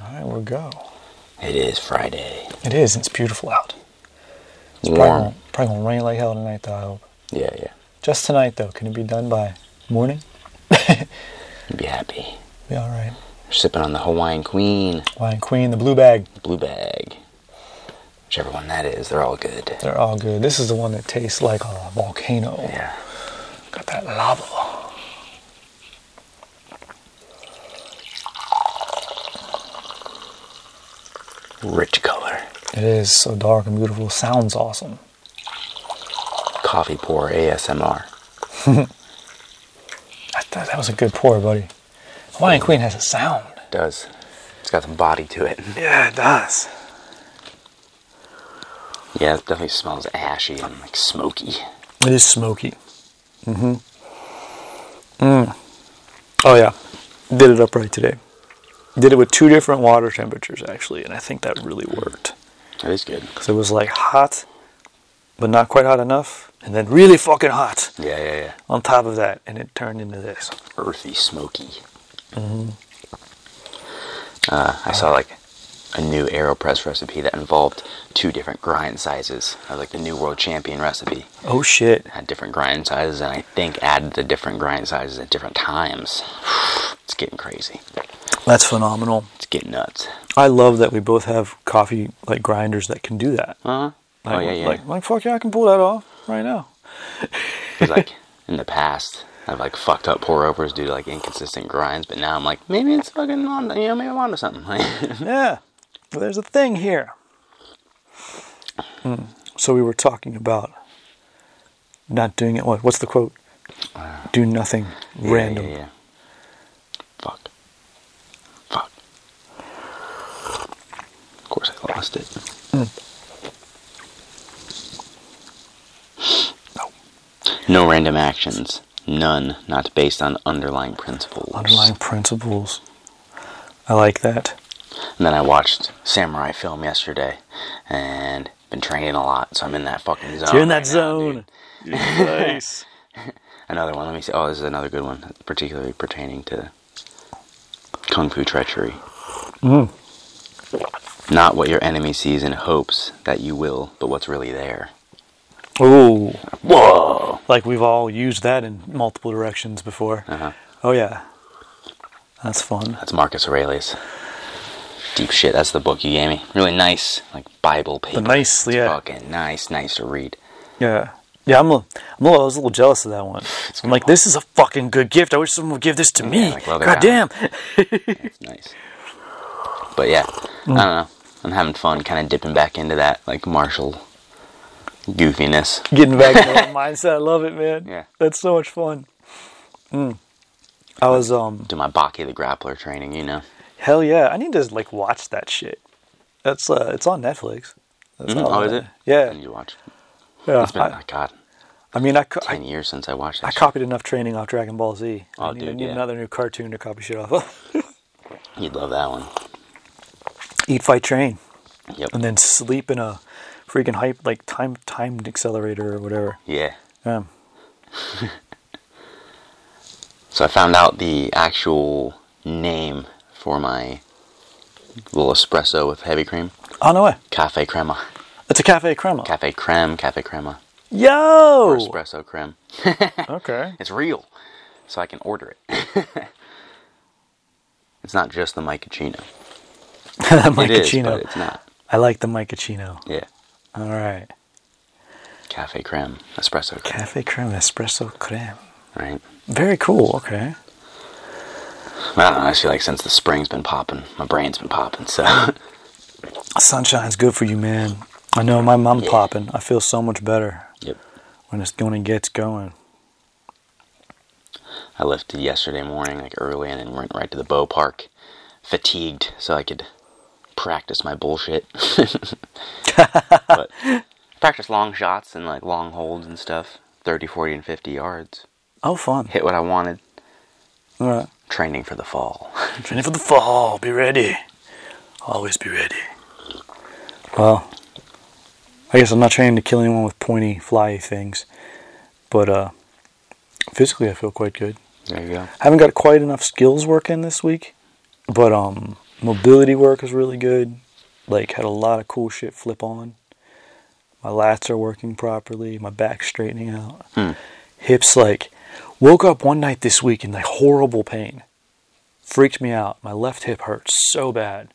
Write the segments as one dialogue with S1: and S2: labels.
S1: All right, we'll go.
S2: It is Friday.
S1: It is. It's beautiful out. It's probably
S2: Warm.
S1: gonna, probably gonna rain like hell tonight, though. I hope.
S2: Yeah, yeah.
S1: Just tonight, though. Can it be done by morning?
S2: You'd be happy.
S1: Be all right.
S2: We're sipping on the Hawaiian Queen
S1: Lion Queen, the blue bag.
S2: Blue Bag. Whichever one that is, they're all good.
S1: They're all good. This is the one that tastes like a volcano.
S2: Yeah.
S1: Got that lava.
S2: Rich color.
S1: It is so dark and beautiful. Sounds awesome.
S2: Coffee pour ASMR.
S1: That, that, that was a good pour, buddy. Hawaiian Queen has a sound.
S2: Does. It's got some body to it.
S1: Yeah, it does.
S2: Yeah, it definitely smells ashy and like smoky.
S1: It is smoky. Mm-hmm. Mm. Oh yeah, did it upright today. Did it with two different water temperatures actually, and I think that really worked
S2: That is good.
S1: because it was like hot, but not quite hot enough, and then really fucking hot
S2: Yeah, yeah, yeah.
S1: on top of that, and it turned into this.
S2: earthy, smoky.
S1: Mm-hmm.
S2: Uh, I saw like a new AeroPress recipe that involved two different grind sizes. I was like the new world champion recipe
S1: Oh shit!
S2: had different grind sizes, and I think added the different grind sizes at different times. It's getting crazy.
S1: That's phenomenal.
S2: It's getting nuts.
S1: I love that we both have coffee like grinders that can do that.
S2: Uh huh. Oh
S1: Uh-huh. Like-
S2: yeah, yeah.
S1: Like, like fuck yeah, I can pull that off right now.
S2: 'Cause, like in the past, I've like fucked up pour overs due to like inconsistent grinds, but now I'm like maybe it's fucking on. You know, maybe I'm onto something.
S1: Yeah, well, there's a thing here. Hmm. So we were talking about not doing it. What, what's the quote? Do nothing
S2: Yeah,
S1: random.
S2: Yeah, yeah. Fuck. Fuck. Of course, I lost it. No random actions. None not based on underlying principles.
S1: Underlying principles. I like that.
S2: And then I watched samurai film yesterday, and been training a lot, so I'm in that fucking zone.
S1: You're in that
S2: right now, Oh dude.
S1: zone. nice.
S2: Another one. Let me see. Oh, this is another good one, particularly pertaining to kung fu treachery.
S1: Mm.
S2: Not what your enemy sees and hopes that you will, but what's really there.
S1: Ooh,
S2: Whoa!
S1: like we've all used that in multiple directions before.
S2: Uh-huh.
S1: Oh yeah, that's fun.
S2: That's Marcus Aurelius. Deep shit. That's the book you gave me. Really nice, like Bible paper.
S1: The nice, yeah.
S2: Fucking nice, nice to read.
S1: Yeah. Yeah, I'm a, I'm a little, I was a little jealous of that one. I'm like, this is a fucking good gift. I wish someone would give this to me.
S2: like, well, they're
S1: God damn.
S2: It's nice. But yeah,
S1: Mm.
S2: I don't know. I'm having fun, kind of dipping back into that like martial goofiness.
S1: Getting back to that mindset. I love it, man.
S2: Yeah.
S1: That's so much fun. Mm. I was, um,
S2: do my Baki the Grappler training, you know.
S1: hell yeah. I need to, like, watch that shit. That's, uh, it's on Netflix. That's
S2: Mhm.
S1: not
S2: Oh,
S1: on
S2: is
S1: there.
S2: it? I
S1: Mm-hmm. Yeah.
S2: need to watch.
S1: yeah.
S2: It's been,
S1: I,
S2: oh, God,
S1: I mean, I, co- I,
S2: 10 years since I watched that.
S1: I
S2: shit.
S1: copied enough training off Dragon Ball Z. I
S2: Oh,
S1: need, I
S2: dude,
S1: need
S2: yeah.
S1: another new cartoon to copy shit off of.
S2: You'd love that one.
S1: Eat, fight, train.
S2: Yep.
S1: And then sleep in a freaking hype, like, time, time accelerator or whatever.
S2: Yeah.
S1: Yeah.
S2: So I found out the actual name for my little espresso with heavy cream
S1: Oh no way!
S2: Cafe Crema.
S1: It's a cafe crema.
S2: Cafe Creme, Cafe Crema. Or
S1: Yo.
S2: espresso creme.
S1: Okay.
S2: It's real. So I can order it. it's not just the Micachino. It is, but
S1: Micachino.
S2: it's not.
S1: I like the Micachino.
S2: Yeah.
S1: All right.
S2: Cafe Creme, espresso creme,
S1: Cafe creme espresso creme.
S2: right?
S1: Very cool. Okay.
S2: I don't know. I just feel like since the spring's been popping, my brain's been popping. So
S1: Sunshine's good for you, man. I know my mom
S2: Yeah.
S1: popping. I feel so much better
S2: yep,
S1: when it's when it gets going.
S2: I lifted yesterday morning like early and then went right to the bow park, fatigued, so I could practice my bullshit. but practice long shots and like long holds and stuff, 30, 40, and 50 yards.
S1: Oh, fun.
S2: Hit what I wanted.
S1: All right.
S2: Training for the fall.
S1: Training for the fall. Be ready. Always be ready. Well, I guess I'm not trying to kill anyone with pointy, fly things, but uh, physically I feel quite good.
S2: There you go.
S1: haven't got quite enough skills work in this week, but um, Mobility work is really good. Like had a lot of cool shit flip on. My lats are working properly. My back's straightening out.
S2: Hmm.
S1: Hips like woke up one night this week in like horrible pain. Freaked me out. My left hip hurts so bad.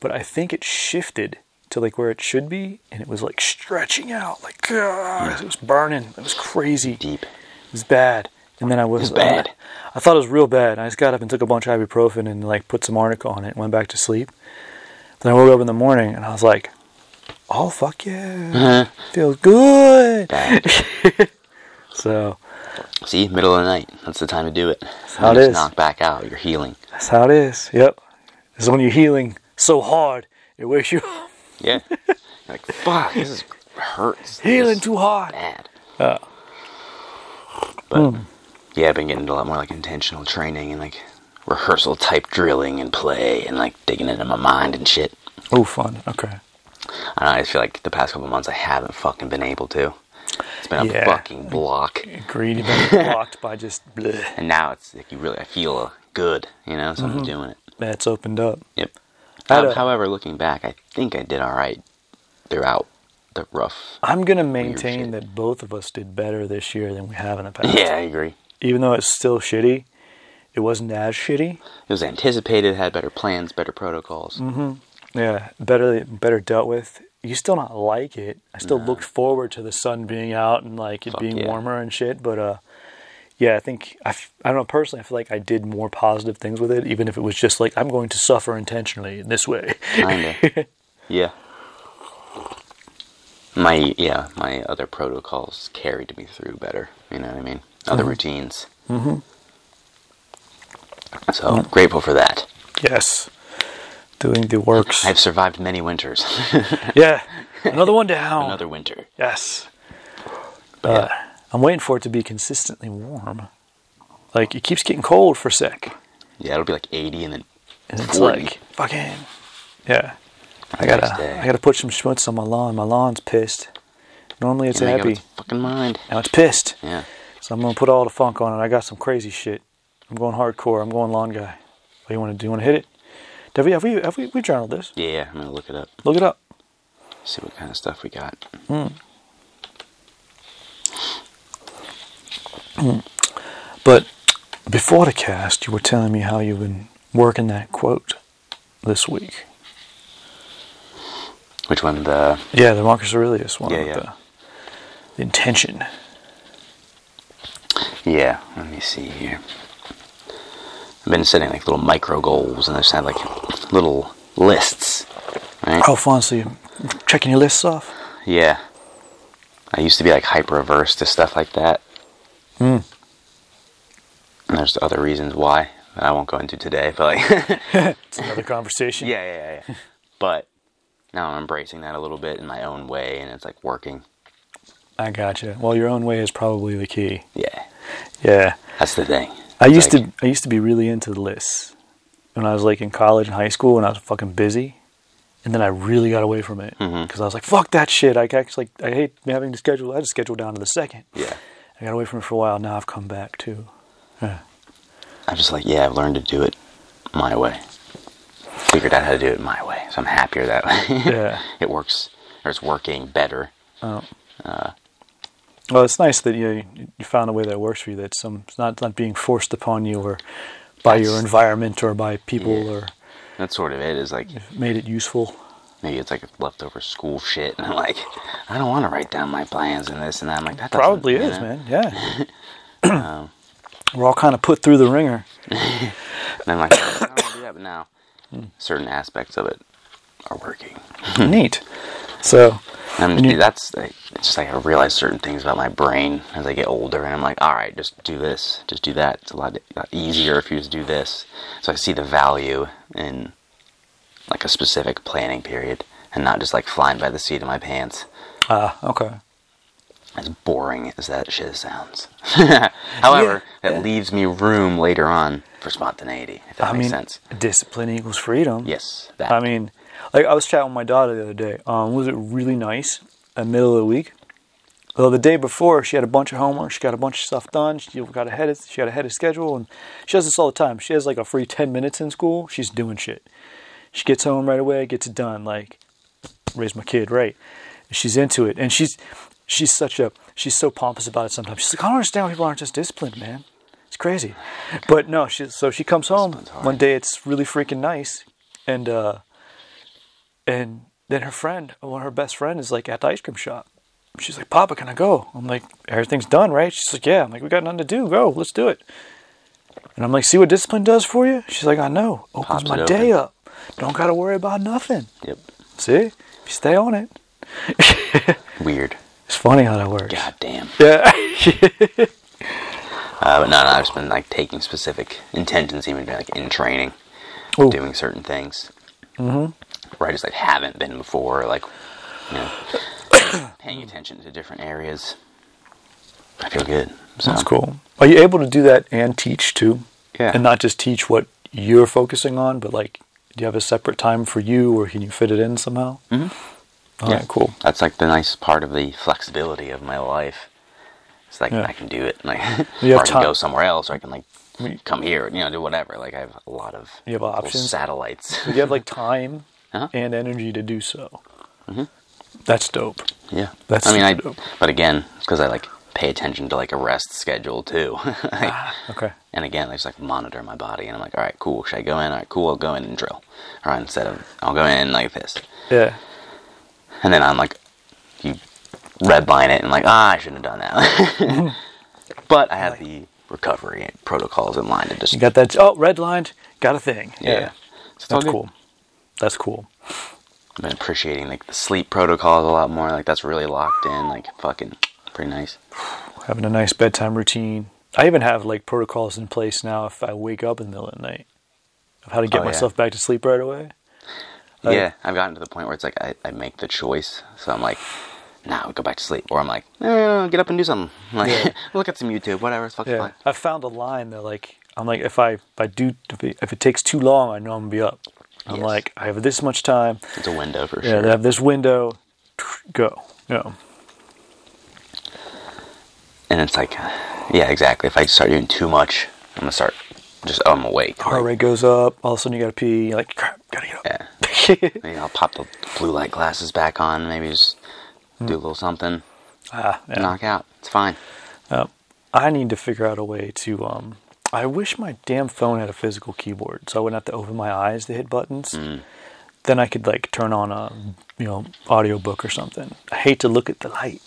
S1: But I think it shifted to like where it should be and it was like stretching out like God, it was burning. It was crazy.
S2: Deep.
S1: It was bad. And then I was, uh,
S2: It was bad.
S1: I thought it was real bad. I just got up and took a bunch of ibuprofen and like put some Arnica on it and went back to sleep. Then I woke up in the morning and I was like, "Oh fuck
S2: Uh-huh.
S1: yeah, feels good."
S2: Bad.
S1: So
S2: See, middle of the night. That's the time to do it.
S1: how
S2: You
S1: it
S2: just
S1: is.
S2: Knock back out. You're healing.
S1: that's how it is. Yep, this is when you're healing so hard it wakes you up.
S2: Yeah. You're like fuck. This is hurts.
S1: healing
S2: This is
S1: too hard.
S2: bad. But yeah, I've been getting into a lot more like intentional training and like rehearsal type drilling and play and like digging into my mind and shit.
S1: Oh, fun. Okay.
S2: I don't know, I just feel like the past couple months I haven't fucking been able to. It's been a
S1: Yeah.
S2: fucking block.
S1: Greed been blocked by just bleh.
S2: And now it's like you really, I feel uh, good, you know, so I'm doing it.
S1: That's opened up.
S2: Yep.
S1: I
S2: Um,
S1: don't-
S2: however, looking back, I think I did all right throughout the rough.
S1: I'm gonna maintain
S2: shit.
S1: that both of us did better this year than we have in the past.
S2: Yeah, I agree.
S1: even though it's still shitty, it wasn't as shitty.
S2: It was anticipated, had better plans, better protocols.
S1: Yeah, better better dealt with. You still not like it. I still looked forward to the sun being out and like it
S2: Fuck
S1: being
S2: yeah.
S1: warmer and shit. But uh, yeah, I think I, f- I don't know personally. I feel like I did more positive things with it, even if it was just like I'm going to suffer intentionally in this way.
S2: Kinda. yeah. My yeah, my other protocols carried me through better. You know what I mean? Other routines. Mm-hmm. So grateful for that.
S1: yes, doing the works.
S2: I've survived many winters.
S1: yeah, another one down.
S2: Another winter.
S1: Yes. Uh, I'm waiting for it to be consistently warm. Like it keeps getting cold for a sec.
S2: Yeah, it'll be like 80 and then
S1: And it's
S2: 40.
S1: like fucking yeah. I gotta
S2: Next day.
S1: I gotta put some schmutz on my lawn. My lawn's pissed. Normally it's
S2: you make up
S1: happy.
S2: its fucking mind.
S1: Now it's pissed.
S2: Yeah.
S1: So I'm gonna put all the funk on it. I got some crazy shit. I'm going hardcore. I'm going lawn guy. What do you wanna do? You wanna hit it? Have we have we have we, we journaled this?
S2: Yeah, I'm going to look it up.
S1: Look it up.
S2: See what kind of stuff we got.
S1: But before the cast you were telling me how you've been working that quote this week.
S2: Which one? The
S1: Yeah, the Marcus Aurelius one.
S2: Yeah,
S1: with
S2: yeah.
S1: The, the intention.
S2: Yeah, let me see here. I've been setting like little micro goals and I just had like little lists. Right?
S1: Alfonso, you checking your lists off?
S2: Yeah. I used to be like hyper averse to stuff like that.
S1: Mm.
S2: And there's other reasons why that I won't go into today, but like
S1: It's another conversation.
S2: Yeah, yeah, yeah. yeah. but now I'm embracing that a little bit in my own way and it's like working.
S1: I gotcha. Well, your own way is probably the key.
S2: Yeah.
S1: Yeah.
S2: That's the thing.
S1: I
S2: It's
S1: used
S2: like-
S1: to I used to be really into lists when I was like in college and high school and I was fucking busy. And then I really got away from it because
S2: Mhm.
S1: I was like, "Fuck that shit!" I actually, I hate having to schedule. I just schedule down to the second.
S2: Yeah.
S1: I got away from it for a while. Now I've come back too.
S2: I'm just like, yeah, I've learned to do it my way. Figured out how to do it my way, so I'm happier that way.
S1: Yeah.
S2: it works, or it's working better.
S1: Oh. well, it's nice that you you found a way that works for you. That some it's not not being forced upon you or by your
S2: That's-
S1: environment or by people
S2: Yeah.
S1: or
S2: That's sort of it. Is like
S1: made it useful.
S2: maybe it's like leftover school shit, and I'm like, I don't want to write down my plans and this and that. I'm like, that doesn't-
S1: Probably
S2: you
S1: is,
S2: know?
S1: man. Yeah. We're all kind of put through the ringer.
S2: And I'm like, I don't want to do that, but now
S1: Hmm.
S2: certain aspects of it are working.
S1: Neat. So,
S2: And
S1: And you-
S2: that's like, it's just like I realize certain things about my brain as I get older, and I'm like, all right, just do this, just do that. It's a lot, lot easier if you just do this. So I see the value in like a specific planning period, and not just like flying by the seat of my pants.
S1: ah, okay.
S2: As boring as that shit sounds. However, that leaves me room later on for spontaneity. If that
S1: I
S2: makes
S1: mean,
S2: sense.
S1: discipline equals freedom.
S2: Yes. That.
S1: I mean, like I was chatting with my daughter the other day. Um, was it really nice? In the middle of the week. Well, the day before, she had a bunch of homework. She got a bunch of stuff done. She got ahead. Of, she got ahead of schedule, and she does this all the time. She has like a free ten minutes in school. She's doing shit. She gets home right away, gets it done. Like, raise my kid right. And she's into it, and she's she's such a she's so pompous about it. Sometimes she's like, I don't understand why people aren't just disciplined, man. It's crazy. But no, she so she comes home
S2: Discipline's hard.
S1: one day. It's really freaking nice, and uh, and then her friend, well, her best friend, is like at the ice cream shop. She's like, Papa, can I go? I'm like, everything's done, right? She's like, Yeah. I'm like, we got nothing to do. Go, let's do it. And I'm like, see what discipline does for you? She's like, I know. Opens
S2: Pops
S1: my
S2: it
S1: day up. Don't got to worry about nothing.
S2: Yep.
S1: See? If you stay on it.
S2: Weird.
S1: It's funny how that works.
S2: God damn.
S1: Yeah.
S2: Uh, but no, no, I've just been like taking specific intentions, even like in training,
S1: Ooh.
S2: doing certain things mm-hmm. where I just like haven't been before, like you know, paying attention to different areas. I feel good. So,
S1: That's cool. Are you able to do that and teach too?
S2: Yeah.
S1: And not just teach what you're focusing on, but like, do you have a separate time for you or can you fit it in somehow? Mm-hmm.
S2: Yeah.
S1: yeah. cool.
S2: That's like the nice part of the flexibility of my life. It's like
S1: Yeah.
S2: I can do it, like
S1: You have
S2: or I can
S1: time.
S2: go somewhere else, or I can like
S1: We-
S2: come here, you know, do whatever. Like I have a lot of
S1: You have
S2: little
S1: options?
S2: satellites.
S1: You have like time
S2: Uh-huh. Mm-hmm.
S1: and energy to do so. That's dope.
S2: Yeah,
S1: That's
S2: I mean, I.
S1: super dope.
S2: But again, because I like pay attention to like a rest schedule too, Like,
S1: Ah. Okay.
S2: and again, I just like monitor my body, and I'm like, all right, cool. Should I go in? All right, cool. I'll go in and drill. All right, instead of I'll go in like this,
S1: Yeah.
S2: and then I'm like, you redline it, and like, ah, I shouldn't have done
S1: Mm-hmm.
S2: that. but I had the recovery protocols in line to just
S1: You got that? Oh, redlined. Got a thing.
S2: yeah. So it's all
S1: That's
S2: good.
S1: cool. That's cool.
S2: I've been appreciating like the sleep protocols a lot more. Like that's really locked in. Like fucking pretty nice.
S1: Having a nice bedtime routine. I even have like protocols in place now if I wake up in the middle of the night of how to get
S2: Oh, yeah.
S1: myself back to sleep right away. Like-
S2: yeah, I've gotten to the point where it's like I, I make the choice, so I'm like, nah, I'll go back to sleep, or I'm like, eh, get up and do something, like
S1: Yeah.
S2: look at some YouTube, whatever, it's fucking
S1: Yeah.
S2: fine.
S1: I found a line that like I'm like if I if I do if it, if it takes too long, I know I'm gonna be up. I'm
S2: Yes.
S1: like I have this much time.
S2: It's a window for
S1: Yeah,
S2: sure.
S1: they have this window. Go. Yeah.
S2: and it's like, yeah, exactly. If I start doing too much, I'm gonna start just oh, I'm awake.
S1: Heart
S2: like,
S1: rate goes up. All of a sudden you gotta pee. You're like crap. Gotta get up.
S2: yeah. Maybe I'll pop the blue light glasses back on. Maybe just do a little something,
S1: Hmm. Ah, yeah.
S2: knock out. It's fine.
S1: I need to figure out a way to. Um, I wish my damn phone had a physical keyboard, so I wouldn't have to open my eyes to hit buttons. Then I could like turn on a you know audiobook or something. I hate to look at the light.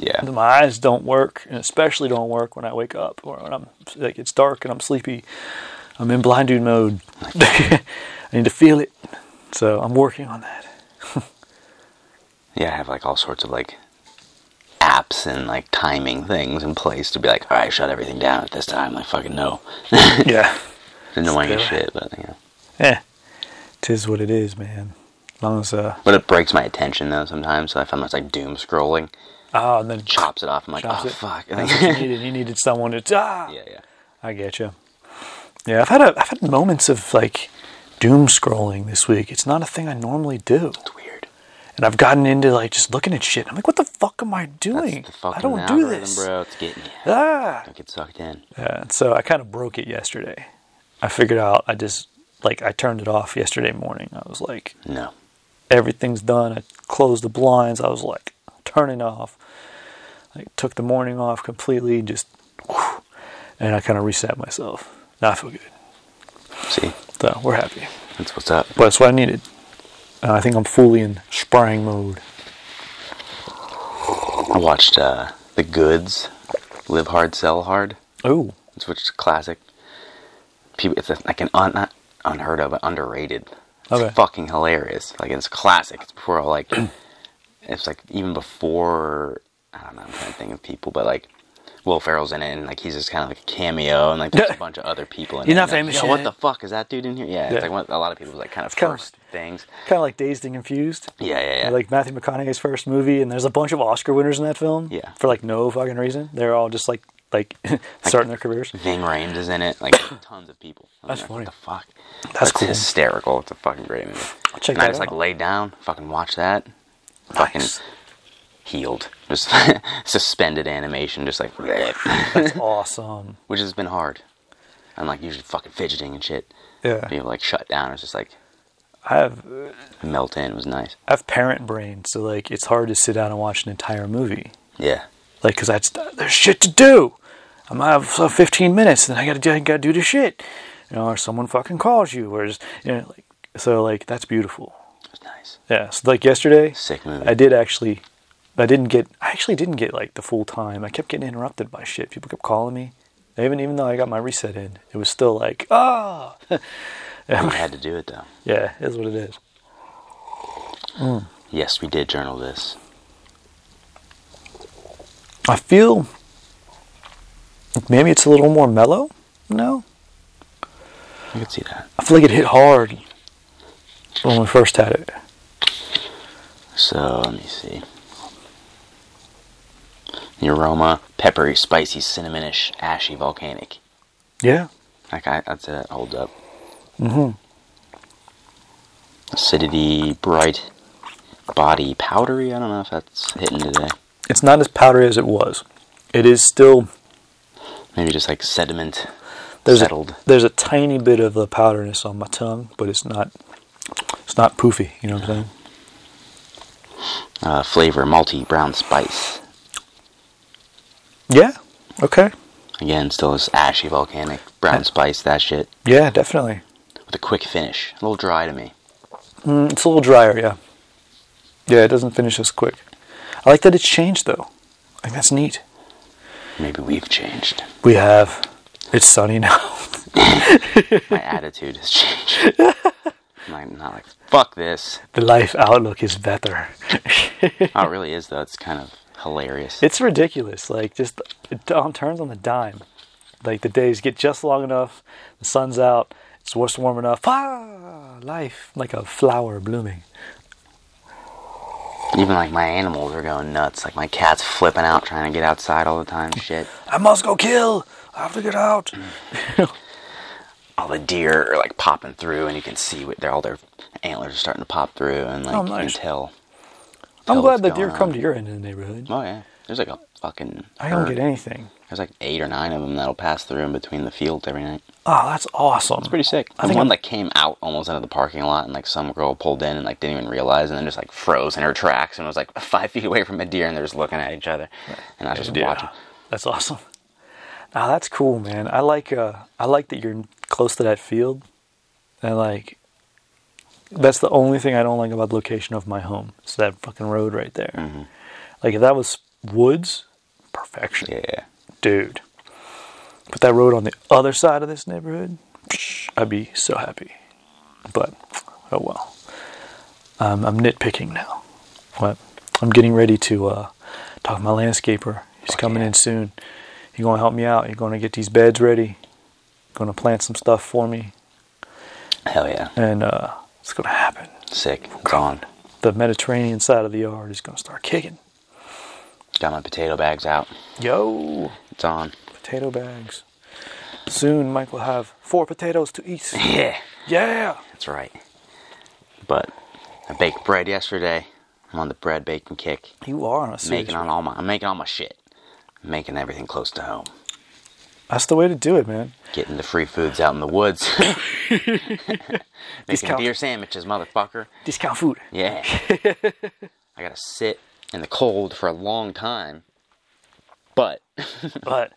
S2: Yeah.
S1: My eyes don't work, and especially don't work when I wake up or when I'm like it's dark and I'm sleepy. I'm in blind dude mode. I need to feel it, so I'm working on that.
S2: yeah, I have like all sorts of like apps and like timing things in place to be like, all right, shut everything down at this time. Like fucking no,
S1: yeah,
S2: annoying as
S1: Still.
S2: shit, but you know.
S1: eh, tis what it is, man. As long as uh,
S2: But it breaks my attention though sometimes. So if I'm just like doom scrolling,
S1: oh, and then
S2: chops it off. I'm like,
S1: Chops
S2: oh
S1: it.
S2: fuck.
S1: That's what you needed. You needed someone to. Ah,
S2: yeah, yeah.
S1: I get you. Yeah, I've had a, I've had moments of like doom scrolling this week. It's not a thing I normally do,
S2: It's weird.
S1: and I've gotten into like just looking at shit. I'm like, what the fuck am I
S2: That's
S1: doing?
S2: the fucking
S1: I don't do
S2: algorithm,
S1: this.
S2: bro. It's getting you.
S1: Ah.
S2: I get sucked in.
S1: Yeah, and so I kind of broke it yesterday. I figured out. I just like I turned it off yesterday morning. I was like,
S2: No.
S1: everything's done. I closed the blinds. I was like turning off. I took the morning off completely, just whew, and I kind of reset myself. Now I feel good.
S2: See,
S1: So we're happy.
S2: that's what's up.
S1: But that's what I needed. Uh, I think I'm fully in spraying mode.
S2: I watched uh, The Goods, Live Hard, Sell Hard.
S1: Oh,
S2: It's which is classic. People, it's like an un, not unheard of, but underrated. It's
S1: Okay.
S2: fucking hilarious. Like it's classic. It's before like, it's like even before. I don't know. I'm trying to think of people, but like. Will Ferrell's in it, and like he's just kind of like a cameo, and like there's a bunch of other people in
S1: You're
S2: it.
S1: not
S2: and, like,
S1: famous
S2: Yo, what
S1: yet."
S2: the fuck is that dude in here? Yeah,
S1: Yeah.
S2: it's like one, a lot of people's like kind of
S1: kinda-
S2: first things.
S1: kind of like Dazed and Confused.
S2: Yeah, yeah, yeah.
S1: Like Matthew McConaughey's first movie, and there's a bunch of Oscar winners in that film.
S2: Yeah.
S1: For like no fucking reason, they're all just like like starting their careers.
S2: Ving Rhames is in it. Like tons of people. I'm
S1: That's
S2: like,
S1: funny.
S2: What the fuck?
S1: That's cool.
S2: hysterical. It's a fucking great movie.
S1: I'll check
S2: and I
S1: that
S2: just like
S1: out.
S2: laid down, fucking watch that, fucking
S1: Nice.
S2: healed, just suspended animation, just like bleh,
S1: That's awesome.
S2: which has been hard. I'm like usually fucking fidgeting and shit.
S1: Yeah.
S2: People like shut down. It's just like
S1: I have
S2: Melt in was nice.
S1: I have parent brain, so like it's hard to sit down and watch an entire movie.
S2: Yeah.
S1: Like, cause I just, there's shit to do. I'm gonna have uh, 15 minutes, and I gotta do, I gotta do the shit. You know, or someone fucking calls you, or just, you know, like, so like that's beautiful.
S2: It was nice.
S1: Yeah. So like yesterday,
S2: Sick movie.
S1: I did actually, I didn't get, I actually didn't get like the full time. I kept getting interrupted by shit. People kept calling me. Even even though I got my reset in, it was still like, ah,
S2: we had to do it though.
S1: yeah, is what it is.
S2: Yes, we did journal this.
S1: I feel maybe it's a little more mellow. No,
S2: I could see that.
S1: I feel like it hit hard when we first had it.
S2: So let me see. The aroma, peppery, spicy, cinnamonish, ashy, volcanic.
S1: Yeah,
S2: Like I, I'd say that holds up. Mm-hmm. Acidity, bright, body, powdery. I don't know if that's hitting today.
S1: it's not as powdery as it was. It is still
S2: Maybe just like sediment,
S1: there's
S2: settled.
S1: a there's a tiny bit of the powderiness on my tongue, but it's not it's not poofy. You know what I'm saying?
S2: Uh, flavor, malty, brown spice.
S1: Yeah. Okay.
S2: Again, still this ashy, volcanic, brown spice. That shit
S1: Yeah, definitely.
S2: with a quick finish. A little dry to me.
S1: Mm, it's a little drier. Yeah. Yeah, it doesn't finish as quick. I like that it's changed though. I think that's neat.
S2: Maybe we've changed.
S1: We have. It's sunny now.
S2: My attitude has changed. I'm not like fuck this.
S1: the life outlook is better.
S2: Oh, it really is though. It's kind of hilarious.
S1: It's ridiculous. Like just it on turns on the dime. Like the days get just long enough, the sun's out, it's just warm enough. Ah, life like a flower blooming.
S2: Even like my animals are going nuts. Like my cat's flipping out trying to get outside all the time. Shit.
S1: I must go kill. I have to get out.
S2: All the deer are like popping through, and you can see what they're all their antlers are starting to pop through, and like
S1: Oh,
S2: you
S1: nice.
S2: can tell.
S1: I'm
S2: tell
S1: glad
S2: what's
S1: the deer
S2: going
S1: come
S2: on.
S1: to your end of the neighborhood.
S2: Oh yeah. There's like a fucking.
S1: I don't
S2: herd.
S1: get anything.
S2: There's like eight or nine of them that'll pass through in between the fields every night.
S1: Oh, that's awesome.
S2: Pretty sick.
S1: I
S2: The
S1: think
S2: one
S1: I'm-
S2: that came out almost out of the parking lot, and like some girl pulled in and like didn't even realize, and then just like froze in her tracks, and was like five feet away from a deer, and they're just looking at each other, and I was just
S1: Yeah.
S2: watching.
S1: That's awesome. Ah, that's cool, man. I like uh, I like that you're close to that field, and like that's the only thing I don't like about the location of my home. It's that fucking road right there. Like if that was woods, perfection,
S2: Yeah.
S1: dude. But that road on the other side of this neighborhood, psh, I'd be so happy. But oh well. Um, I'm nitpicking now. What? I'm getting ready to uh, talk to my landscaper. He's coming in soon. He's gonna help me out. He's gonna get these beds ready. Gonna plant some stuff for me,
S2: Hell yeah.
S1: and uh, it's gonna happen.
S2: Sick. Gone.
S1: The Mediterranean side of the yard is gonna start kicking.
S2: Got my potato bags out.
S1: Yo,
S2: It's on.
S1: potato bags. Soon, Mike will have four potatoes to eat.
S2: Yeah,
S1: Yeah.
S2: that's right. But I baked bread yesterday. I'm on the bread baking kick.
S1: You are on a serious
S2: making on all my. I'm making all my shit. I'm making everything close to home.
S1: That's the way to do it, man.
S2: Getting the free foods out in the woods. making
S1: Discount.
S2: deer sandwiches, motherfucker.
S1: Discount food.
S2: Yeah. I gotta sit in the cold for a long time. But
S1: But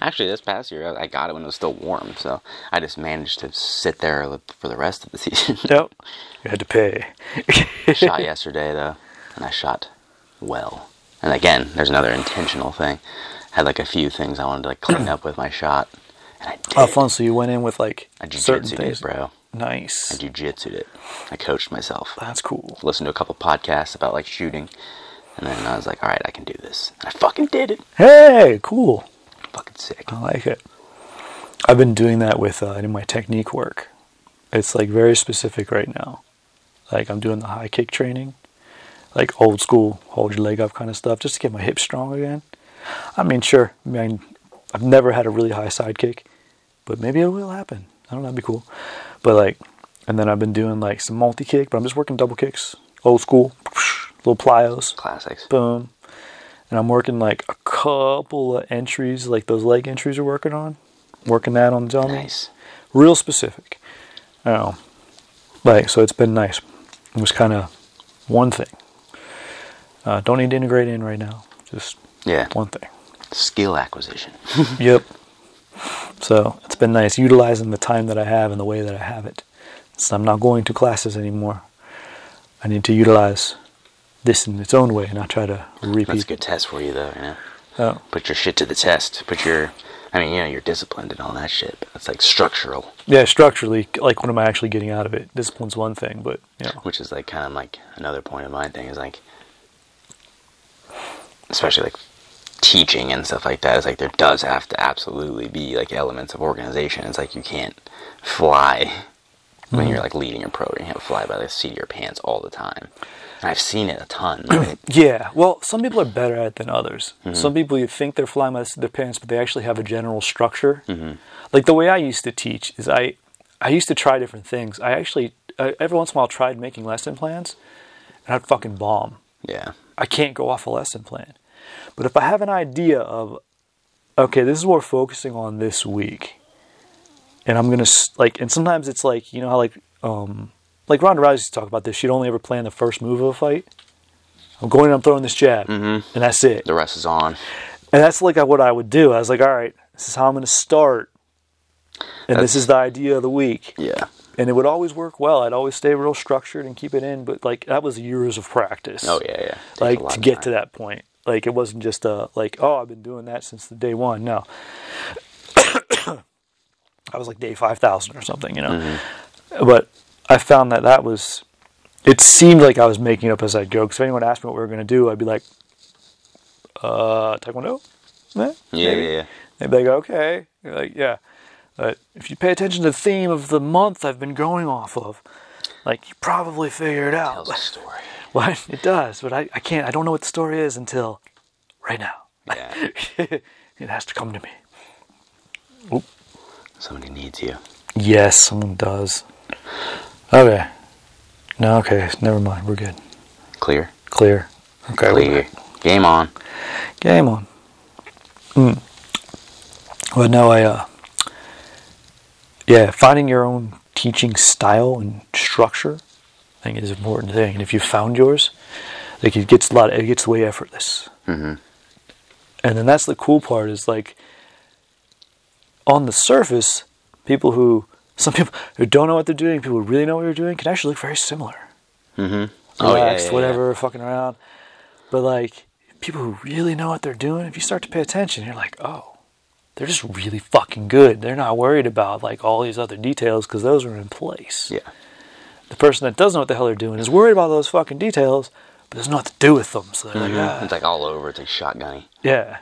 S2: actually, this past year I I got it when it was still warm, so I just managed to sit there for the rest of the season.
S1: yep, you had to pay.
S2: shot yesterday though, and I shot well. And again, there's another intentional thing. had like a few things I wanted to like clean up with my shot, and I did.
S1: oh, fun. So you went in with like
S2: I
S1: certain
S2: jujitsu'd
S1: things,
S2: it, bro. I
S1: Nice.
S2: jujitsu'd it. I coached myself.
S1: That's cool.
S2: Listened to a couple podcasts about like shooting, and then I was like, all right, I can do this. And I fucking did it.
S1: Hey, cool.
S2: Fucking sick.
S1: I like it. I've been doing that with uh, in my technique work. It's like very specific right now. Like I'm doing the high kick training, like old school, hold your leg up kind of stuff, just to get my hips strong again. I mean, sure. I mean, I've never had a really high side kick, but maybe it will happen. I don't know. That'd be cool. But like, and then I've been doing like some multi kick, but I'm just working double kicks, old school, little plyos
S2: Classics.
S1: boom. And I'm working like a couple of entries, like those leg entries you're working on, working that on the dummy.
S2: Nice.
S1: Real specific. Oh, Like, so it's been nice. It was kind of one thing. Uh, don't need to integrate in right now. Just
S2: Yeah.
S1: one thing.
S2: Skill acquisition.
S1: Yep. So it's been nice utilizing the time that I have and the way that I have it. So I'm not going to classes anymore. I need to utilize this in its own way, and not try to repeat.
S2: That's a good test for you, though. You know,
S1: Oh,
S2: put your shit to the test. Put your, I mean, you know, you're disciplined and all that shit. But it's like structural,
S1: yeah. Structurally, like, what am I actually getting out of it? Discipline's one thing, but you know,
S2: which is like kind of like another point of my thing is like, especially like teaching and stuff like that. It's like there does have to absolutely be like elements of organization. It's like you can't fly when
S1: Mm-hmm.
S2: you're like leading a program. You can't fly by the seat of your pants all the time. And I've seen it a ton. Like,
S1: Yeah, well, some people are better at it than others. Some people you think they're flying by the seat of their pants, but they actually have a general structure. Like the way I used to teach is I, I used to try different things. I actually I, every once in a while tried making lesson plans, and I'd fucking bomb.
S2: yeah.
S1: I can't go off a lesson plan. But if I have an idea of, okay, this is what we're focusing on this week, and I'm gonna s- like, and sometimes it's like you know how like um like Ronda Rousey used to talk about this. She'd only ever plan the first move of a fight. I'm going and I'm throwing this jab, and that's it.
S2: The rest is on.
S1: And that's like what I would do. I was like, all right, this is how I'm gonna start, and this
S2: That's-
S1: is the idea of the week
S2: Yeah.
S1: and it would always work well. I'd always stay real structured and keep it in, but like that was years of practice.
S2: Oh, yeah, yeah. Takes a
S1: Like
S2: lot
S1: to
S2: of
S1: get to
S2: time.
S1: that point. Like it wasn't just a like, oh, I've been doing that since the day one. No. I was like day 5000 or something, you know.
S2: Mm-hmm.
S1: But I found that that was it seemed like I was making it up as I go cuz if anyone asked me what we were going to do, I'd be like uh taekwondo? Eh?
S2: Yeah,
S1: Maybe.
S2: yeah, yeah.
S1: They'd be like, okay. You're like, yeah. But if you pay attention to the theme of the month I've been going off of, like, you probably figure it out.
S2: Tells a story.
S1: What? It does, but I, I can't. I don't know what the story is until right now.
S2: Yeah.
S1: it has to come to me.
S2: Somebody needs you.
S1: Yes, someone does. Okay. No, okay. Never mind. We're good.
S2: Clear.
S1: Clear. Okay. we're
S2: Clear. Game on.
S1: Game on. Mm. Well, no, I, uh, yeah, finding your own teaching style and structure, I think, is an important thing. And if you found yours, like it gets a lot, it gets way effortless. And then that's the cool part is like, on the surface, people who some people who don't know what they're doing, people who really know what they're doing, can actually look very similar relaxed, whatever, fucking around. But like people who really know what they're doing, if you start to pay attention, you're like, oh, they're just really fucking good. They're not worried about like all these other details because those are in place.
S2: Yeah.
S1: The person that doesn't know what the hell they're doing is worried about those fucking details, but doesn't know what to do with them. So they're
S2: Mhm.
S1: like,
S2: It's
S1: ah,
S2: like all over. It's like shotgunny.
S1: yeah.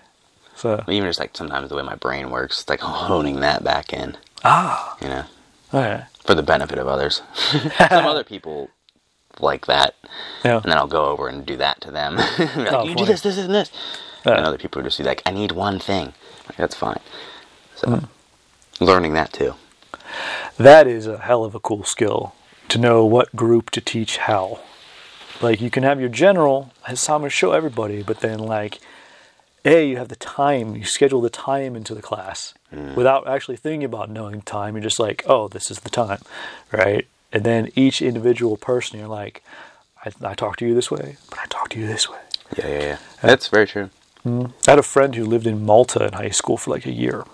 S1: So
S2: Even just like sometimes the way my brain works, it's like honing that back in,
S1: ah,
S2: you know,
S1: all right,
S2: for the benefit of others. Some other people like that,
S1: yeah,
S2: and then I'll go over and do that to them. Be like,
S1: Oh, funny.
S2: you do this, this, and this.
S1: Yeah.
S2: And other people would just be like, I need one thing. Like, that's fine. So,
S1: Hmm.
S2: learning that too.
S1: that is a hell of a cool skill to know what group to teach how. Like you can have your general as Sama show everybody, but then like A, you have the time, you schedule the time into the class without actually thinking about knowing time. You're just like, oh, this is the time, right? And then each individual person, you're like, I, I talk to you this way, but I talk to you this way.
S2: Yeah, yeah, yeah. That's very true.
S1: I had a friend who lived in Malta in high school for like a year.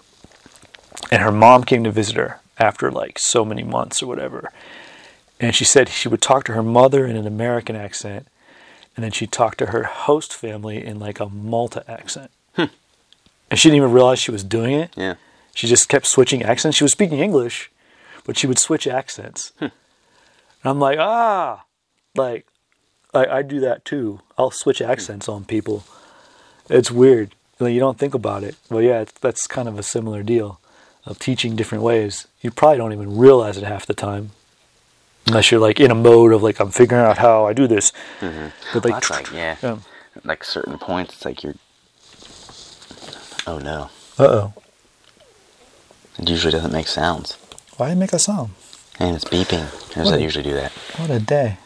S1: And her mom came to visit her after like so many months or whatever. And she said she would talk to her mother in an American accent. And then she'd talk to her host family in like a Malta accent. And she didn't even realize she was doing it.
S2: Yeah.
S1: She just kept switching accents. She was speaking English, but she would switch accents.
S2: Hmm.
S1: And I'm like, ah, like I, I do that too. I'll switch
S2: Hmm.
S1: accents on people. It's weird. Like, you don't think about it. Well, yeah, it's, that's kind of a similar deal of teaching different ways. You probably don't even realize it half the time. Unless you're like in a mode of like I'm figuring out how I do this, but like,
S2: Well, Mm-hmm. that's like, yeah.
S1: um,
S2: Like certain points, it's like you're. Oh no.
S1: uh oh,
S2: It usually doesn't make sounds.
S1: why did it make that sound?
S2: And it's beeping. How does
S1: What
S2: that
S1: a-
S2: usually do that?
S1: What a day.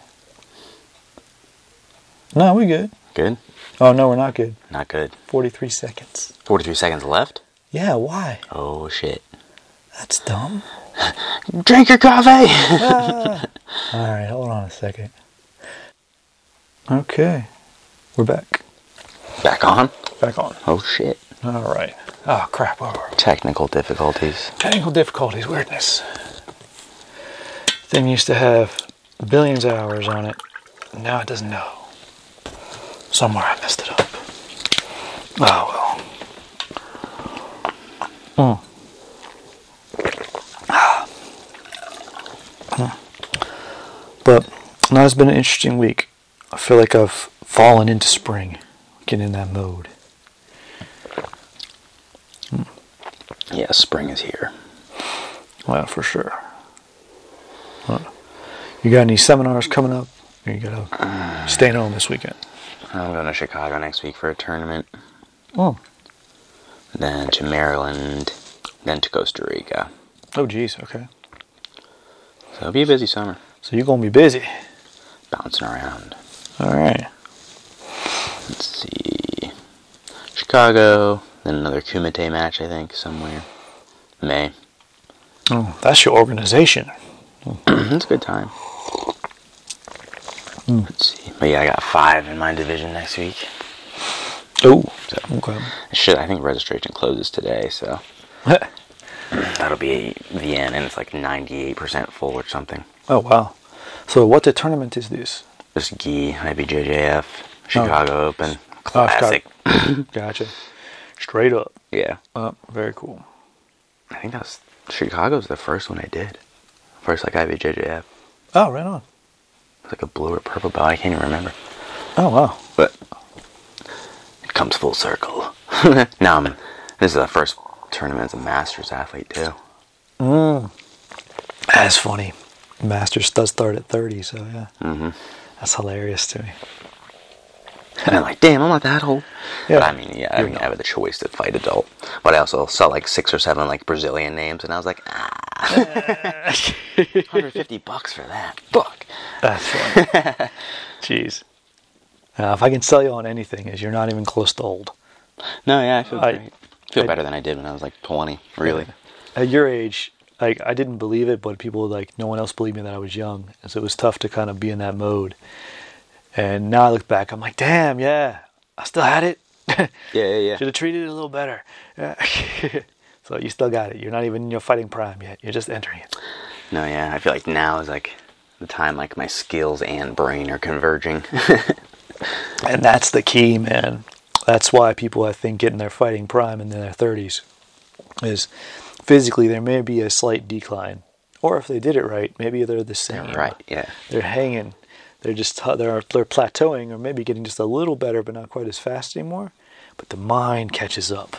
S1: No, we good.
S2: Good?
S1: Oh no, we're not good.
S2: Not good.
S1: 43 seconds.
S2: 43 seconds left?
S1: Yeah, why?
S2: Oh shit.
S1: That's dumb.
S2: Drink your coffee.
S1: All right, hold on a second. Okay, we're back.
S2: Back on.
S1: Back on.
S2: Oh shit.
S1: All right. Oh crap! Where were we?
S2: Technical difficulties.
S1: Technical difficulties, weirdness. Thing used to have billions of hours on it. Now it doesn't know. Somewhere I messed it up. Oh well. Mm. Ah. Mm. Hmm. But now it's been an interesting week. I feel like I've fallen into spring, getting in that mode.
S2: Yeah, spring is here.
S1: Well, for sure. Well, you got any seminars coming up? Or you gotta stay home this weekend.
S2: I'm going to Chicago next week for a tournament,
S1: Oh,
S2: then to Maryland, then to Costa Rica.
S1: oh, geez. Okay,
S2: So it'll be a busy summer,
S1: so you're gonna be busy.
S2: bouncing around.
S1: All right.
S2: Let's see. Chicago, then another Kumite match, I think, somewhere. May.
S1: Oh, that's your organization.
S2: it's a good time.
S1: Hmm.
S2: Let's see. But yeah, I got five in my division next week.
S1: Oh, okay.
S2: Shit, I think registration closes today, so that'll be the end, and it's like 98% full or something.
S1: oh wow. So what the tournament is this?
S2: Just Gi, IBJJF, Chicago Open,
S1: Oh, Chicago.
S2: classic.
S1: Gotcha. Straight up.
S2: Yeah.
S1: Uh, very cool.
S2: I think that was Chicago's the first one I did. First, like IBJJF. It
S1: Oh, right on.
S2: was like a blue or purple belt. I can't even remember.
S1: Oh wow.
S2: But it comes full circle. now I'm in. This is the first tournament as a masters athlete too.
S1: That's funny. Masters does start at 30, so yeah.
S2: Mm-hmm.
S1: That's hilarious to me.
S2: And I'm like, damn, I'm not that old.
S1: Yeah.
S2: But I mean, yeah, I
S1: You're
S2: mean, I
S1: not.
S2: have the choice to fight adult. But I also saw like six or seven like Brazilian names, and I was like, ah, 150 bucks for that. Fuck.
S1: That's funny. Jeez. Uh, if I can sell you on anything, is you're not even close to old.
S2: No, yeah, I feel
S1: I-
S2: great. feel
S1: I-
S2: better than I did when I was like 20. Really.
S1: At your age, like I didn't believe it, but people like no one else believed me that I was young, and so it was tough to kind of be in that mode. And now I look back, I'm like, damn, yeah, I still had it.
S2: Yeah, yeah, yeah.
S1: Should have treated it a little better. Yeah. so you still got it. You're not even in your fighting prime yet. You're just entering it.
S2: No, yeah, I feel like now is like the time like my skills and brain are converging.
S1: And that's the key, man. That's why people, I think, get in their fighting prime in their 30s. Is physically there may be a slight decline, or if they did it right, maybe they're the same.
S2: right. Yeah.
S1: They're hanging. They're just uh, they're they're plateauing, or maybe getting just a little better, but not quite as fast anymore. But the mind catches up.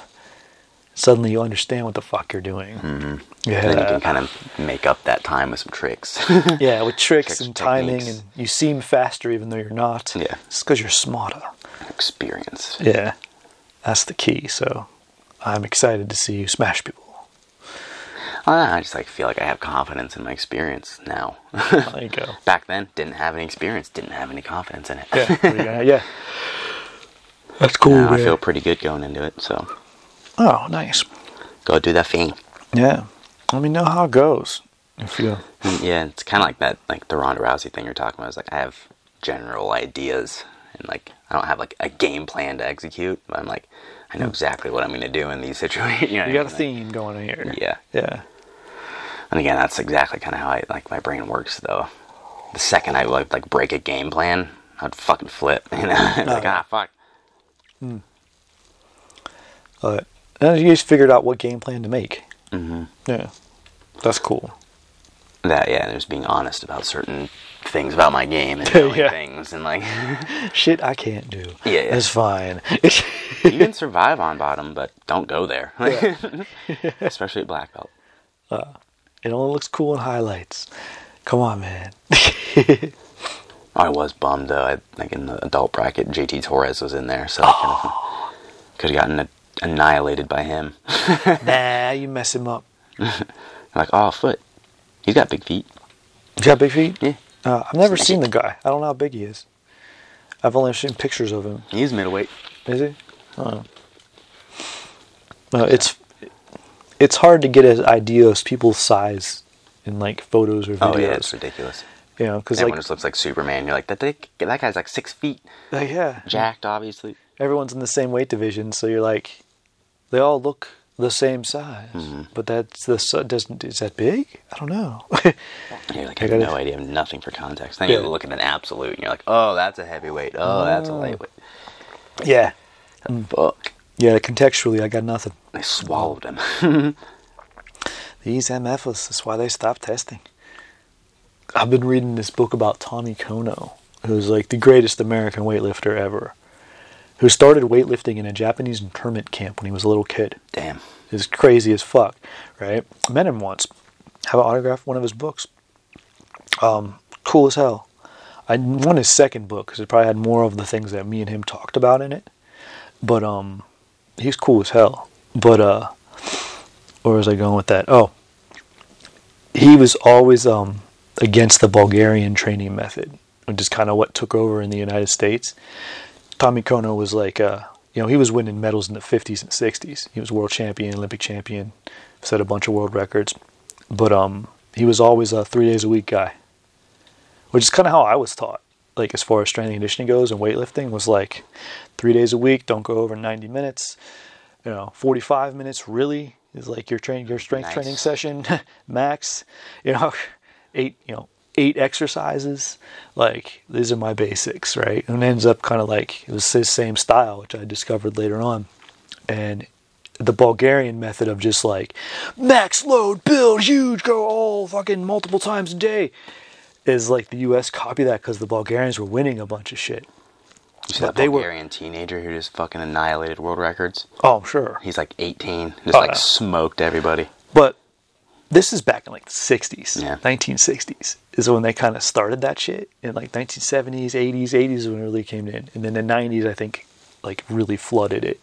S1: Suddenly, you understand what the fuck you're doing. Yeah,
S2: then you can kind of make up that time with some tricks.
S1: yeah, with tricks,
S2: Tricks,
S1: and timing,
S2: techniques.
S1: and you seem faster even though you're not.
S2: Yeah.
S1: it's because you're smarter.
S2: Experience.
S1: Yeah, that's the key. So I'm excited to see you smash people.
S2: I, don't know, I just like feel like I have confidence in my experience now.
S1: There you go.
S2: Back then, didn't have any experience, didn't have any confidence in it.
S1: Yeah, there you go. yeah. That's cool.
S2: Now I
S1: man.
S2: feel pretty good going into it, so
S1: oh, nice.
S2: go do that thing.
S1: Yeah, let me know how it goes. If you
S2: And yeah, it's kind of like that, like the Ronda Rousey thing you're talking about. It's like I have general ideas, and like I don't have like a game plan to execute, but I'm like, I know exactly what I'm going to do in these situations. You, know what I
S1: Hmm. you got a
S2: mean? Like,
S1: theme going on here.
S2: Yeah.
S1: yeah.
S2: And again, that's exactly kind of how I like my brain works, though. The second I like like break a game plan, I'd fucking flip. You know, It's like
S1: Uh-huh.
S2: ah fuck.
S1: But and Uh, you just figured out what game plan to make. Mm-hmm. Yeah, that's cool.
S2: That yeah, there's being honest about certain things about my game and knowing
S1: Yeah.
S2: things and like
S1: Shit, I can't do.
S2: Yeah, yeah.
S1: that's fine.
S2: you can survive on bottom, but don't go there, especially at black belt.
S1: It only looks cool in highlights. Come on, man.
S2: I was bummed though. I, like in the adult bracket, JT Torres was in there, so I could have gotten annihilated by him.
S1: nah, you mess him up.
S2: I'm like oh foot, he's got big feet.
S1: You got big feet?
S2: Yeah,
S1: Uh, I've never seen the guy. I don't know how big he is. I've only seen pictures of him.
S2: he's middleweight.
S1: Is he? Oh. No, it's it's hard to get an idea of people's size in like photos or videos.
S2: Oh yeah, it's ridiculous.
S1: you know, because
S2: Everyone
S1: like,
S2: just looks like Superman. You're like that. dick- That guy's like six feet,
S1: like, yeah,
S2: jacked, obviously.
S1: everyone's in the same weight division, so you're like, they all look the same size,
S2: Mm-hmm.
S1: but that's the su- doesn't is that big? I don't know.
S2: And you're like,
S1: I
S2: I have
S1: gotta-
S2: no idea, I have nothing for context. Then
S1: Yeah.
S2: you look at an absolute, and you're like, oh, that's a heavyweight. Oh, that's a lightweight.
S1: yeah,
S2: Fuck,
S1: yeah. Contextually, I got nothing.
S2: they swallowed him.
S1: These MFs, that's why they stopped testing. I've been reading this book about Tommy Kono, who's like the greatest American weightlifter ever, who started weightlifting in a Japanese internment camp when he was a little kid.
S2: Damn.
S1: is crazy as fuck, right? Met him once. Have an autograph one of his books. Um, cool as hell. I won his second book because it probably had more of the things that me and him talked about in it. But um, he's cool as hell. But uh, where was I going with that? Oh, he was always um against the Bulgarian training method, which is kind of what took over in the United States. Tommy Kono was like, uh, you know, he was winning medals in the 50s and 60s. He was world champion, Olympic champion, set a bunch of world records. But um, he was always a three days a week guy, which is kind of how I was taught. Like as far as strength and conditioning goes and weightlifting was like three days a week. Don't go over 90 minutes. You know, 45 minutes really is like your train your strength
S2: Nice.
S1: training session max. You know, eight you know eight exercises. Like these are my basics, right? And it ends up kind of like it was his same style, which I discovered later on, and the Bulgarian method of just like max load, build huge, go all fucking multiple times a day is like the U.S. copy that because the Bulgarians were winning a bunch of shit.
S2: You see
S1: But
S2: that
S1: they were-
S2: Bulgarian teenager who just fucking annihilated world records?
S1: Oh, I'm sure.
S2: He's like 18, just
S1: Oh,
S2: like
S1: no.
S2: smoked everybody.
S1: But this is back in like the 60s,
S2: Yeah.
S1: 1960s is when they kind of started that shit. In like 1970s, 80s, 80s is when it really came in. And then the 90s, I think, like really flooded it.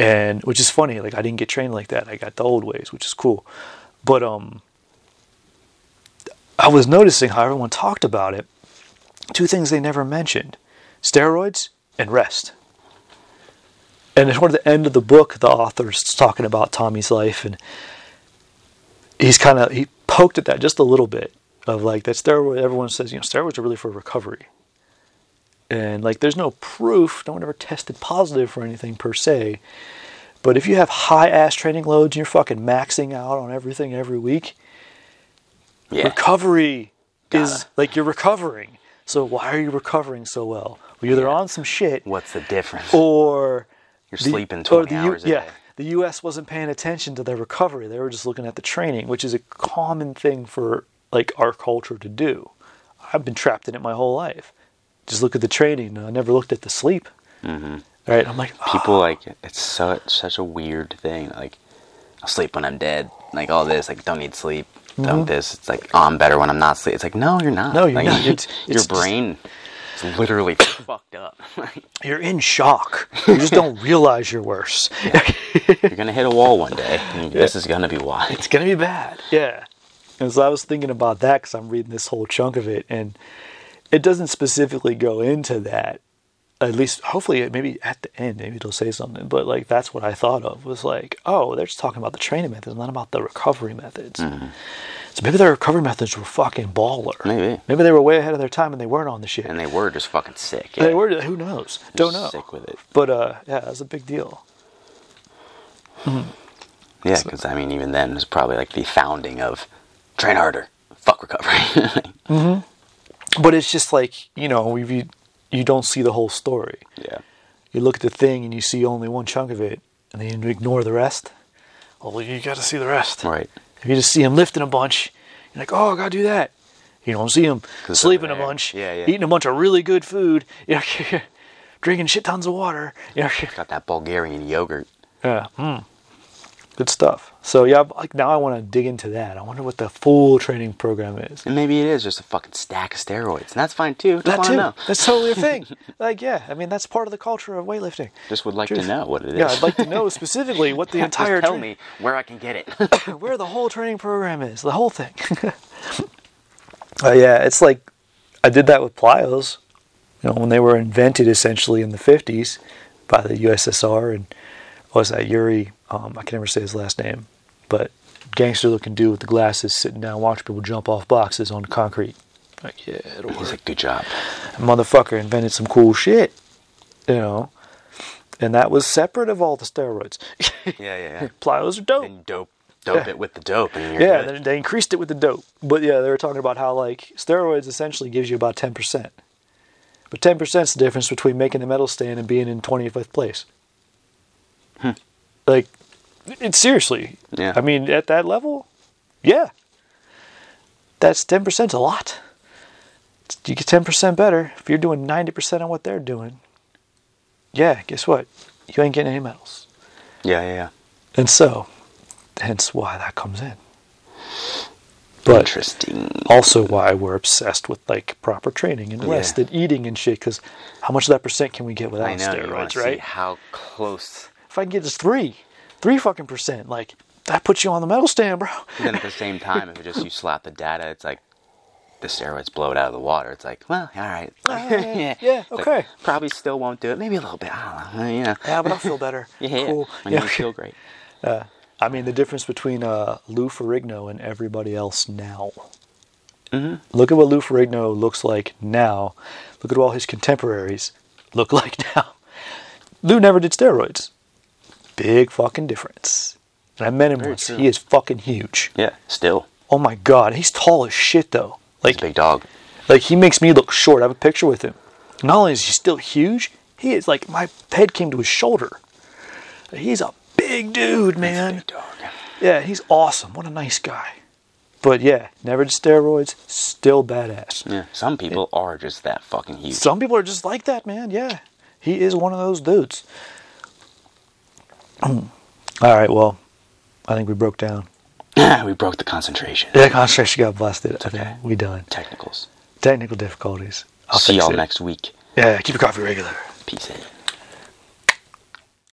S1: And which is funny, like I didn't get trained like that. I got the old ways, which is cool. But um I was noticing how everyone talked about it. Two things they never mentioned. Steroids and rest and toward the end of the book, the author's talking about Tommy's life, and he's kind of he poked at that just a little bit of like that steroid. Everyone says you know steroids are really for recovery, and like there's no proof. No one ever tested positive for anything per se. But if you have high ass training loads and you're fucking maxing out on everything every week,
S2: Yeah.
S1: recovery is
S2: Gotta.
S1: like you're recovering. So why are you recovering so well? Well, you're either on some shit
S2: What's the difference?
S1: or
S2: You're sleeping
S1: or
S2: 20
S1: U-
S2: hours a
S1: yeah,
S2: day.
S1: the U.S. wasn't paying attention to their recovery; they were just looking at the training, which is a common thing for like our culture to do. I've been trapped in it my whole life. Just look at the training. I never looked at the sleep. Mm-hmm. right, I'm like, "Ah,
S2: People like it's such such a weird thing. Like I'll sleep when I'm dead. Like all this. Like don't need sleep. Don't this. It's like oh, I'm better when I'm not sleep. It's like no, you're not.
S1: Mm-hmm. No, you're not.
S2: Like,
S1: It's-
S2: your
S1: it's just-
S2: brain is literally fucked up. Like,
S1: you're in shock. You just don't realize you're worse.
S2: you're gonna hit a wall one day. And This is gonna be why.
S1: it's gonna be bad. Yeah. And so I was thinking about that because I'm reading this whole chunk of it, and it doesn't specifically go into that. At least, hopefully, it maybe at the end, maybe it'll say something. But like, that's what I thought of was like, oh, they're just talking about the training methods, not about the recovery methods. So maybe their recovery methods were fucking baller.
S2: Maybe.
S1: Maybe they were way ahead of their time and they weren't on the shit.
S2: And they were just fucking sick.
S1: They
S2: yeah.
S1: were. Who knows? Don't know.
S2: Sick with it.
S1: But uh, yeah, that's a big deal.
S2: Yeah, because I mean, even then, it was probably like the founding of train harder, fuck recovery.
S1: But it's just like you know, if you you don't see the whole story.
S2: yeah.
S1: you look at the thing and you see only one chunk of it and then you ignore the rest well you got to see the rest
S2: Right.
S1: if you just see him lifting a bunch you're like oh i gotta do that you don't see him
S2: it's
S1: sleeping a
S2: over there.
S1: bunch
S2: Yeah, yeah.
S1: eating a bunch of really good food you know, drinking shit tons of water you know,
S2: Got that Bulgarian yogurt.
S1: yeah mm. good stuff so yeah like now i want to dig into that i wonder what the full training program is
S2: And maybe it is just a fucking stack of steroids. And that's fine too. Just
S1: that
S2: wanna
S1: too
S2: Know.
S1: that's totally a thing like yeah i mean that's part of the culture of weightlifting
S2: Just would like to
S1: Truth.
S2: know what it is.
S1: yeah i'd like to know specifically what the
S2: Just
S1: entire
S2: tell
S1: train-
S2: me where I can get it.
S1: where the whole training program is, the whole thing. uh, yeah, it's like I did that with plyos, you know, when they were invented essentially in the 50s by the USSR and what was that Yuri? Um, I can never say his last name, but gangster looking dude with the glasses sitting down watching people jump off boxes on concrete. Like, yeah, it'll
S2: He's
S1: work.
S2: like, good job.
S1: Motherfucker invented some cool shit, you know. And that was separate of all the steroids.
S2: Yeah, yeah, yeah.
S1: Plyos are dope.
S2: and dope, dope it with the dope, and you're
S1: Yeah,
S2: good.
S1: they, they increased it with the dope. But yeah, they were talking about how like steroids essentially gives you about ten percent. But ten percent is the difference between making the medal stand and being in twenty fifth place. Like, it's seriously.
S2: Yeah.
S1: I mean, at that level, yeah. That's ten percent a lot. You get ten percent better if you're doing ninety percent on what they're doing. Yeah, guess what? You ain't getting any medals.
S2: yeah, yeah, yeah.
S1: And so, hence why that comes in. But
S2: Interesting.
S1: also why we're obsessed with like proper training and rest
S2: Yeah.
S1: and eating and shit. Because how much of that percent can we get without
S2: I know. you wanna
S1: steroids,
S2: see
S1: right?
S2: how close.
S1: If I can get just three, three fucking percent, like that puts you on the medal stand, bro.
S2: But then at the same time, if it just you slap the data, it's like the steroids blow it out of the water. It's like, well, all right. yeah,
S1: yeah,
S2: It's like,
S1: okay.
S2: probably still won't do it. Maybe a little bit. I don't know. You know.
S1: Yeah, but I feel better.
S2: Yeah,
S1: cool.
S2: yeah.
S1: Yeah,
S2: You
S1: okay.
S2: feel great.
S1: I mean, the difference between uh, Lou Ferrigno and everybody else now.
S2: Mm-hmm.
S1: Look at what Lou Ferrigno looks like now. Look at what all his contemporaries look like now. Lou never did steroids. Big fucking difference. And I met him once.
S2: true.
S1: He is fucking huge.
S2: Yeah, still.
S1: Oh my god, he's tall as shit though.
S2: He's
S1: Like
S2: a big dog.
S1: like he makes me look short. I have a picture with him. Not only is he still huge, he is like my head came to his shoulder. He's a big dude, man.
S2: Big dog.
S1: Yeah, he's awesome. What a nice guy. But yeah, never did steroids, still badass.
S2: Yeah. Some people are just that fucking huge.
S1: Some people are just like that, man. Yeah. He is one of those dudes. All right, well, I think we broke down.
S2: we broke the concentration.
S1: Yeah, concentration got busted. I think
S2: okay.
S1: we done.
S2: Technicals.
S1: Technical difficulties. I'll
S2: See
S1: fix
S2: y'all
S1: it.
S2: next week.
S1: Yeah, keep your coffee regular.
S2: Peace out.